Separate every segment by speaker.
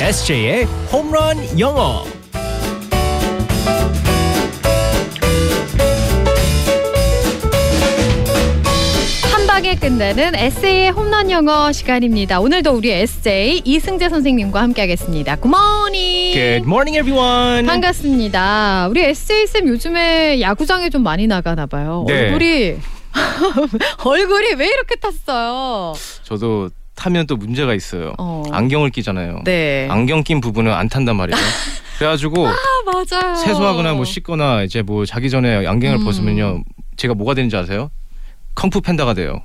Speaker 1: SJ의 홈런 영어.
Speaker 2: 한 방에 끝내는 에세이의 홈런 영어 시간입니다. 오늘도 우리 에세이 이승재 선생님과 함께하겠습니다. 굿모닝.
Speaker 1: Good morning, everyone.
Speaker 2: 반갑습니다. 우리 에세이 쌤 요즘에 야구장에 좀 많이 나가나 봐요.
Speaker 3: 네.
Speaker 2: 얼굴이 얼굴이 왜 이렇게 탔어요?
Speaker 3: 저도 타면 또 문제가 있어요.
Speaker 2: 어.
Speaker 3: 안경을 끼잖아요.
Speaker 2: 네.
Speaker 3: 안경 낀 부분은 안 탄단 말이에요. 그래가지고
Speaker 2: 아 맞아요.
Speaker 3: 세수하거나 뭐 씻거나 이제 뭐 자기 전에 안경을
Speaker 2: 음.
Speaker 3: 벗으면요, 제가 뭐가 되는지 아세요? 컴프 팬다가 돼요.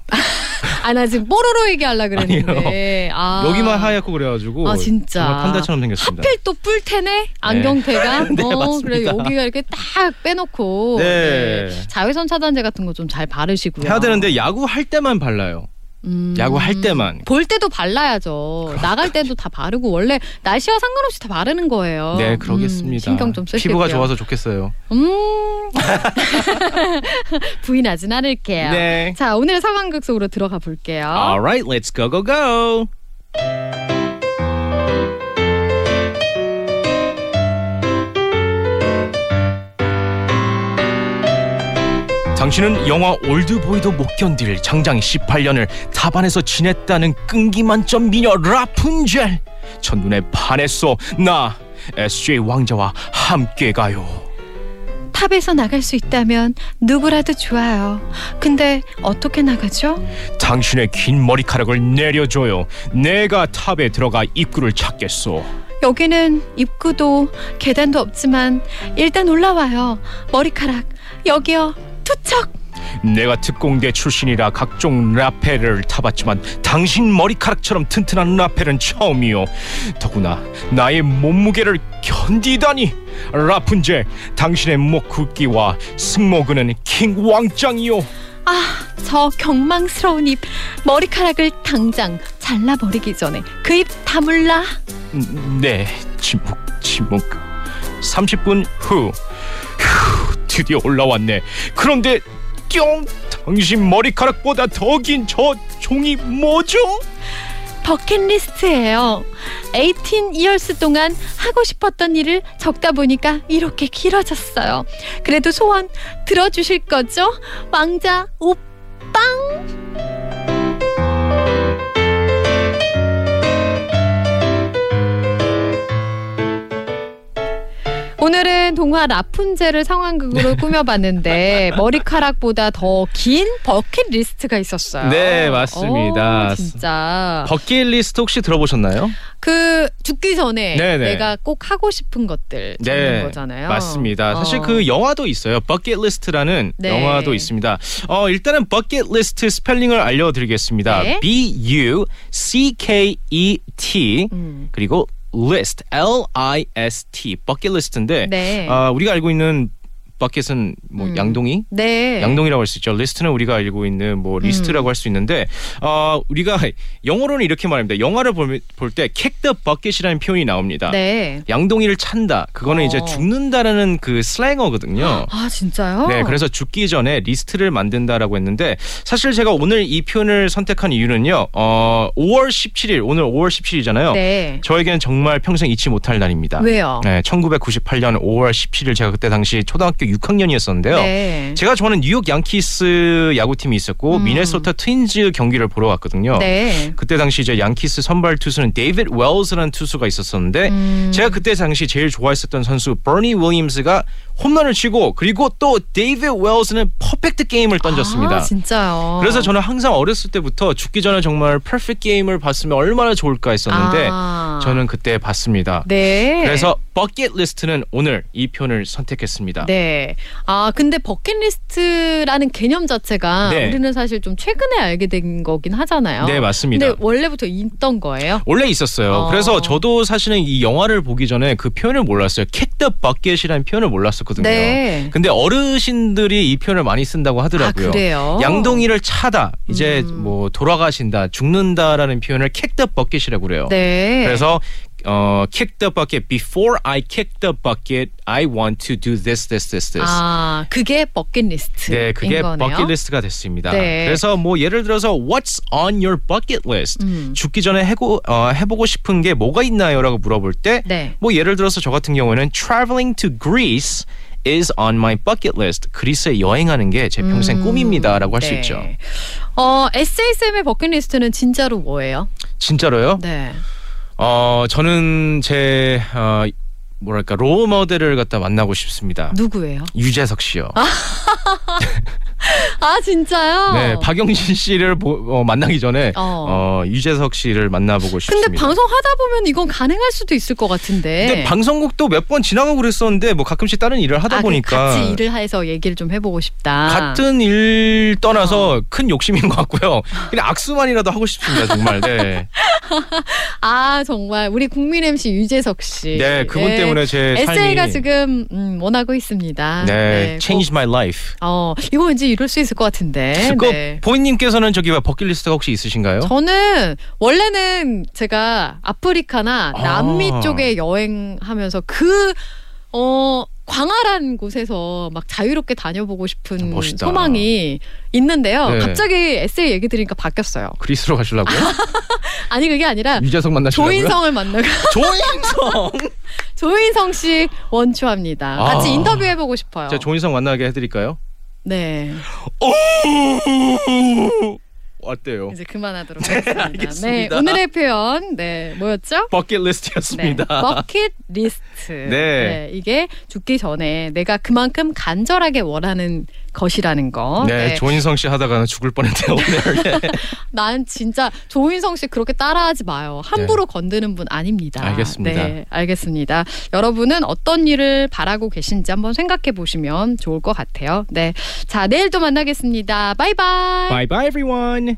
Speaker 2: 아나 지금 뽀로로 얘기하려 그랬는데. 아.
Speaker 3: 여기만 하얗고 그래가지고
Speaker 2: 아, 진짜.
Speaker 3: 정말 판다처럼 생겼습니다.
Speaker 2: 하필 또 뿔테네 안경테가
Speaker 3: 네,
Speaker 2: 어,
Speaker 3: 맞습니다.
Speaker 2: 그래 여기가 이렇게 딱 빼놓고
Speaker 3: 네.
Speaker 2: 자외선 차단제 같은 거 좀 잘 바르시고요.
Speaker 3: 해야 되는데 야구 할 때만 발라요.
Speaker 2: 음.
Speaker 3: 야구 할 때만.
Speaker 2: 볼 때도 발라야죠. 나갈 때도 다 바르고 원래 날씨와 상관없이 다 바르는 거예요.
Speaker 3: 네, 그러겠습니다.
Speaker 2: 음, 신경 좀 쓰시고요.
Speaker 3: 피부가 좋아서 좋겠어요.
Speaker 2: 음. 부인하진 않을게요.
Speaker 3: 네. 아.
Speaker 2: 자, 오늘 상황극 속으로 들어가 볼게요.
Speaker 3: Alright, let's go go go. 당신은 영화 올드보이도 못 견딜 장장 18년을 답안에서 지냈다는 끈기만점 미녀 라푼젤 첫눈에 반했소 나 SJ 왕자와 함께 가요
Speaker 2: 탑에서 나갈 수 있다면 누구라도 좋아요. 근데 어떻게 나가죠?
Speaker 3: 당신의 긴 머리카락을 내려줘요 내가 탑에 들어가 입구를 찾겠소
Speaker 2: 여기는 입구도 계단도 없지만 일단 올라와요. 머리카락 여기요. 투척.
Speaker 3: 내가 특공대 출신이라 각종 라펠을 타봤지만 당신 머리카락처럼 튼튼한 라펠은 처음이요. 더구나 나의 몸무게를 견디다니. 라푼젤, 당신의 목 굵기와 승모근은 킹 왕짱이요.
Speaker 2: 아, 저 경망스러운 입 머리카락을 당장 잘라 버리기 전에 그 입 다물라.
Speaker 3: 음, 네, 침묵, 침묵. 30분 후, 휴, 드디어 올라왔네. 그런데 뿅, 당신 머리카락보다 더 긴 저 종이 뭐죠?
Speaker 2: 버킷리스트예요. 18 years 동안 하고 싶었던 일을 적다 보니까 이렇게 길어졌어요. 그래도 소원 들어주실 거죠? 왕자 오빵. 오늘은 동화 라푼젤을 상황극으로 꾸며봤는데 머리카락보다 더 긴 버킷리스트가 있었어요.
Speaker 3: 네, 맞습니다.
Speaker 2: 오, 진짜
Speaker 3: 아. 버킷리스트 혹시 들어보셨나요?
Speaker 2: 그 죽기 전에
Speaker 3: 네네.
Speaker 2: 내가 꼭 하고 싶은 것들 적는 거잖아요.
Speaker 3: 네. 맞습니다. 사실
Speaker 2: 어.
Speaker 3: 그 영화도 있어요. 버킷리스트라는
Speaker 2: 네.
Speaker 3: 영화도 있습니다. 어, 일단은 버킷리스트 스펠링을 알려드리겠습니다.
Speaker 2: 네.
Speaker 3: B U C K E T
Speaker 2: 음.
Speaker 3: 그리고 list L I S T 버킷리스트인데
Speaker 2: 네.
Speaker 3: 아, 우리가 알고 있는 버킷은 뭐
Speaker 2: 음.
Speaker 3: 양동이
Speaker 2: 네. 음.
Speaker 3: 양동이라고 할 수 있죠. 리스트는 우리가 알고 있는 뭐 리스트라고 할 수 있는데 어, 우리가 영어로는 이렇게 말합니다. 영화를 볼 때 kick the bucket이라는 표현이 나옵니다.
Speaker 2: 네.
Speaker 3: 양동이를 찬다. 그거는
Speaker 2: 어.
Speaker 3: 이제 죽는다라는 그 슬랭어거든요.
Speaker 2: 아 진짜요?
Speaker 3: 네, 그래서 죽기 전에 리스트를 만든다라고 했는데 사실 제가 오늘 이 표현을 선택한 이유는요. 어, 5월 17일 오늘 5월 17일이잖아요.
Speaker 2: 네.
Speaker 3: 저에겐 정말 평생 잊지 못할 날입니다.
Speaker 2: 왜요?
Speaker 3: 네, 1998년 5월 17일 제가 그때 당시 초등학교 6학년이었었는데요.
Speaker 2: 네.
Speaker 3: 제가 좋아하는 뉴욕 양키스 야구팀이 있었고
Speaker 2: 음.
Speaker 3: 미네소타 트윈즈 경기를 보러 갔거든요.
Speaker 2: 네.
Speaker 3: 그때 당시 이제 양키스 선발 투수는 데이빗 웰스라는 투수가 있었었는데
Speaker 2: 음.
Speaker 3: 제가 그때 당시 제일 좋아했었던 선수 버니 윌리엄스가 홈런을 치고 그리고 또 데이빗 웰스는 퍼펙트 게임을 던졌습니다.
Speaker 2: 아, 진짜요.
Speaker 3: 그래서 저는 항상 어렸을 때부터 죽기 전에 정말 퍼펙트 게임을 봤으면 얼마나 좋을까 했었는데
Speaker 2: 아.
Speaker 3: 저는 그때 봤습니다.
Speaker 2: 네.
Speaker 3: 그래서 버킷 리스트는 오늘 이 표현을 선택했습니다.
Speaker 2: 네. 아, 근데 버킷리스트라는 개념 자체가
Speaker 3: 네.
Speaker 2: 우리는 사실 좀 최근에 알게 된 거긴 하잖아요.
Speaker 3: 네, 맞습니다.
Speaker 2: 어. 근데 원래부터 있던 거예요?
Speaker 3: 원래 있었어요.
Speaker 2: 어.
Speaker 3: 그래서 저도 사실은 이 영화를 보기 전에 그 표현을 몰랐어요. kick the bucket이라는 표현을 몰랐었거든요.
Speaker 2: 네.
Speaker 3: 근데 어르신들이 이 표현을 많이 쓴다고 하더라고요.
Speaker 2: 아, 그래요?
Speaker 3: 양동이를 차다, 이제
Speaker 2: 음.
Speaker 3: 뭐 돌아가신다, 죽는다라는 표현을 kick the bucket이라고 그래요.
Speaker 2: 네.
Speaker 3: 그래서 어, kick the bucket. Before I kick the bucket, I want to do this, this, this, this.
Speaker 2: 아, 그게 버킷리스트인
Speaker 3: 네, 그게
Speaker 2: 거네요.
Speaker 3: 버킷리스트가 됐습니다.
Speaker 2: 네.
Speaker 3: 그래서 뭐 예를 들어서 What's on your bucket list?
Speaker 2: 음.
Speaker 3: 죽기 전에 해고, 어, 해보고 싶은 게 뭐가 있나요?라고 물어볼 때,
Speaker 2: 네.
Speaker 3: 뭐 예를 들어서 저 같은 경우에는 Traveling to Greece is on my bucket list. 그리스에 여행하는 게 제 평생 꿈입니다라고 할 수
Speaker 2: 음. 네.
Speaker 3: 있죠.
Speaker 2: 어, SASM의 버킷리스트는 진짜로 뭐예요?
Speaker 3: 진짜로요?
Speaker 2: 네.
Speaker 3: 어, 저는 제 어, 뭐랄까 롤 모델을 갖다 만나고 싶습니다.
Speaker 2: 누구예요?
Speaker 3: 유재석 씨요.
Speaker 2: 아, 진짜요?
Speaker 3: 네, 박영진 씨를 보- 어, 만나기 전에
Speaker 2: 어.
Speaker 3: 어, 유재석 씨를 만나보고 싶습니다.
Speaker 2: 근데 방송 네. 하다 보면 이건 가능할 수도 있을 것 같은데.
Speaker 3: 근데 방송국도 몇 번 지나가고 그랬었는데 뭐 가끔씩 다른 일을 하다
Speaker 2: 아, 그
Speaker 3: 보니까
Speaker 2: 같이 일을 아. 해서 얘기를 좀 해보고 싶다.
Speaker 3: 같은 일
Speaker 2: 어.
Speaker 3: 떠나서 큰 욕심인 것 같고요. 그냥 악수만이라도 하고 싶습니다, 정말. 네,
Speaker 2: 아 정말 우리 국민 MC 유재석 씨.
Speaker 3: 네 그분
Speaker 2: 예.
Speaker 3: 때문에 제
Speaker 2: 에세이가
Speaker 3: 삶이
Speaker 2: 지금 아, 음, 원하고 있습니다.
Speaker 3: 네, change
Speaker 2: 꼭-
Speaker 3: my life.
Speaker 2: 어 이거 왠지 이룰 수 있을 것 같은데.
Speaker 3: 그거
Speaker 2: 네.
Speaker 3: 본인님께서는 저기 뭐 버킷리스트가 혹시 있으신가요?
Speaker 2: 저는 원래는 제가 아프리카나
Speaker 3: 아.
Speaker 2: 남미 쪽에 여행하면서 그, 그어 광활한 곳에서 막 자유롭게 다녀보고 싶은
Speaker 3: 아, 멋있다.
Speaker 2: 소망이 있는데요.
Speaker 3: 네.
Speaker 2: 갑자기 에세이 얘기 들으니까 바뀌었어요.
Speaker 3: 그리스로 가시려고요?
Speaker 2: 아니 그게 아니라
Speaker 3: 유재석 만나시려고요?
Speaker 2: 조인성을 만나고
Speaker 3: 조인성.
Speaker 2: 조인성 씨 원추합니다.
Speaker 3: 아.
Speaker 2: 같이 인터뷰해보고 싶어요.
Speaker 3: 제가 조인성 만나게 해드릴까요?
Speaker 2: 네.
Speaker 3: 어때요?
Speaker 2: 이제 그만하도록 하겠습니다. 네,
Speaker 3: 알겠습니다.
Speaker 2: 오늘의 표현 네 뭐였죠? 네,
Speaker 3: 버킷리스트였습니다.
Speaker 2: 버킷 리스트.
Speaker 3: 네.
Speaker 2: 이게 죽기 전에 내가 그만큼 간절하게 원하는 것이라는 거.
Speaker 3: 네,
Speaker 2: 네.
Speaker 3: 조인성 씨 하다가는 죽을 뻔했네요 오늘. 네.
Speaker 2: 난 진짜 조인성 씨 그렇게 따라하지 마요. 함부로 건드는 분 아닙니다.
Speaker 3: 네. 알겠습니다.
Speaker 2: 네, 알겠습니다. 여러분은 어떤 일을 바라고 계신지 한번 생각해 보시면 좋을 것 같아요. 네, 자 내일 또 만나겠습니다. 바이바이.
Speaker 1: Bye bye, everyone.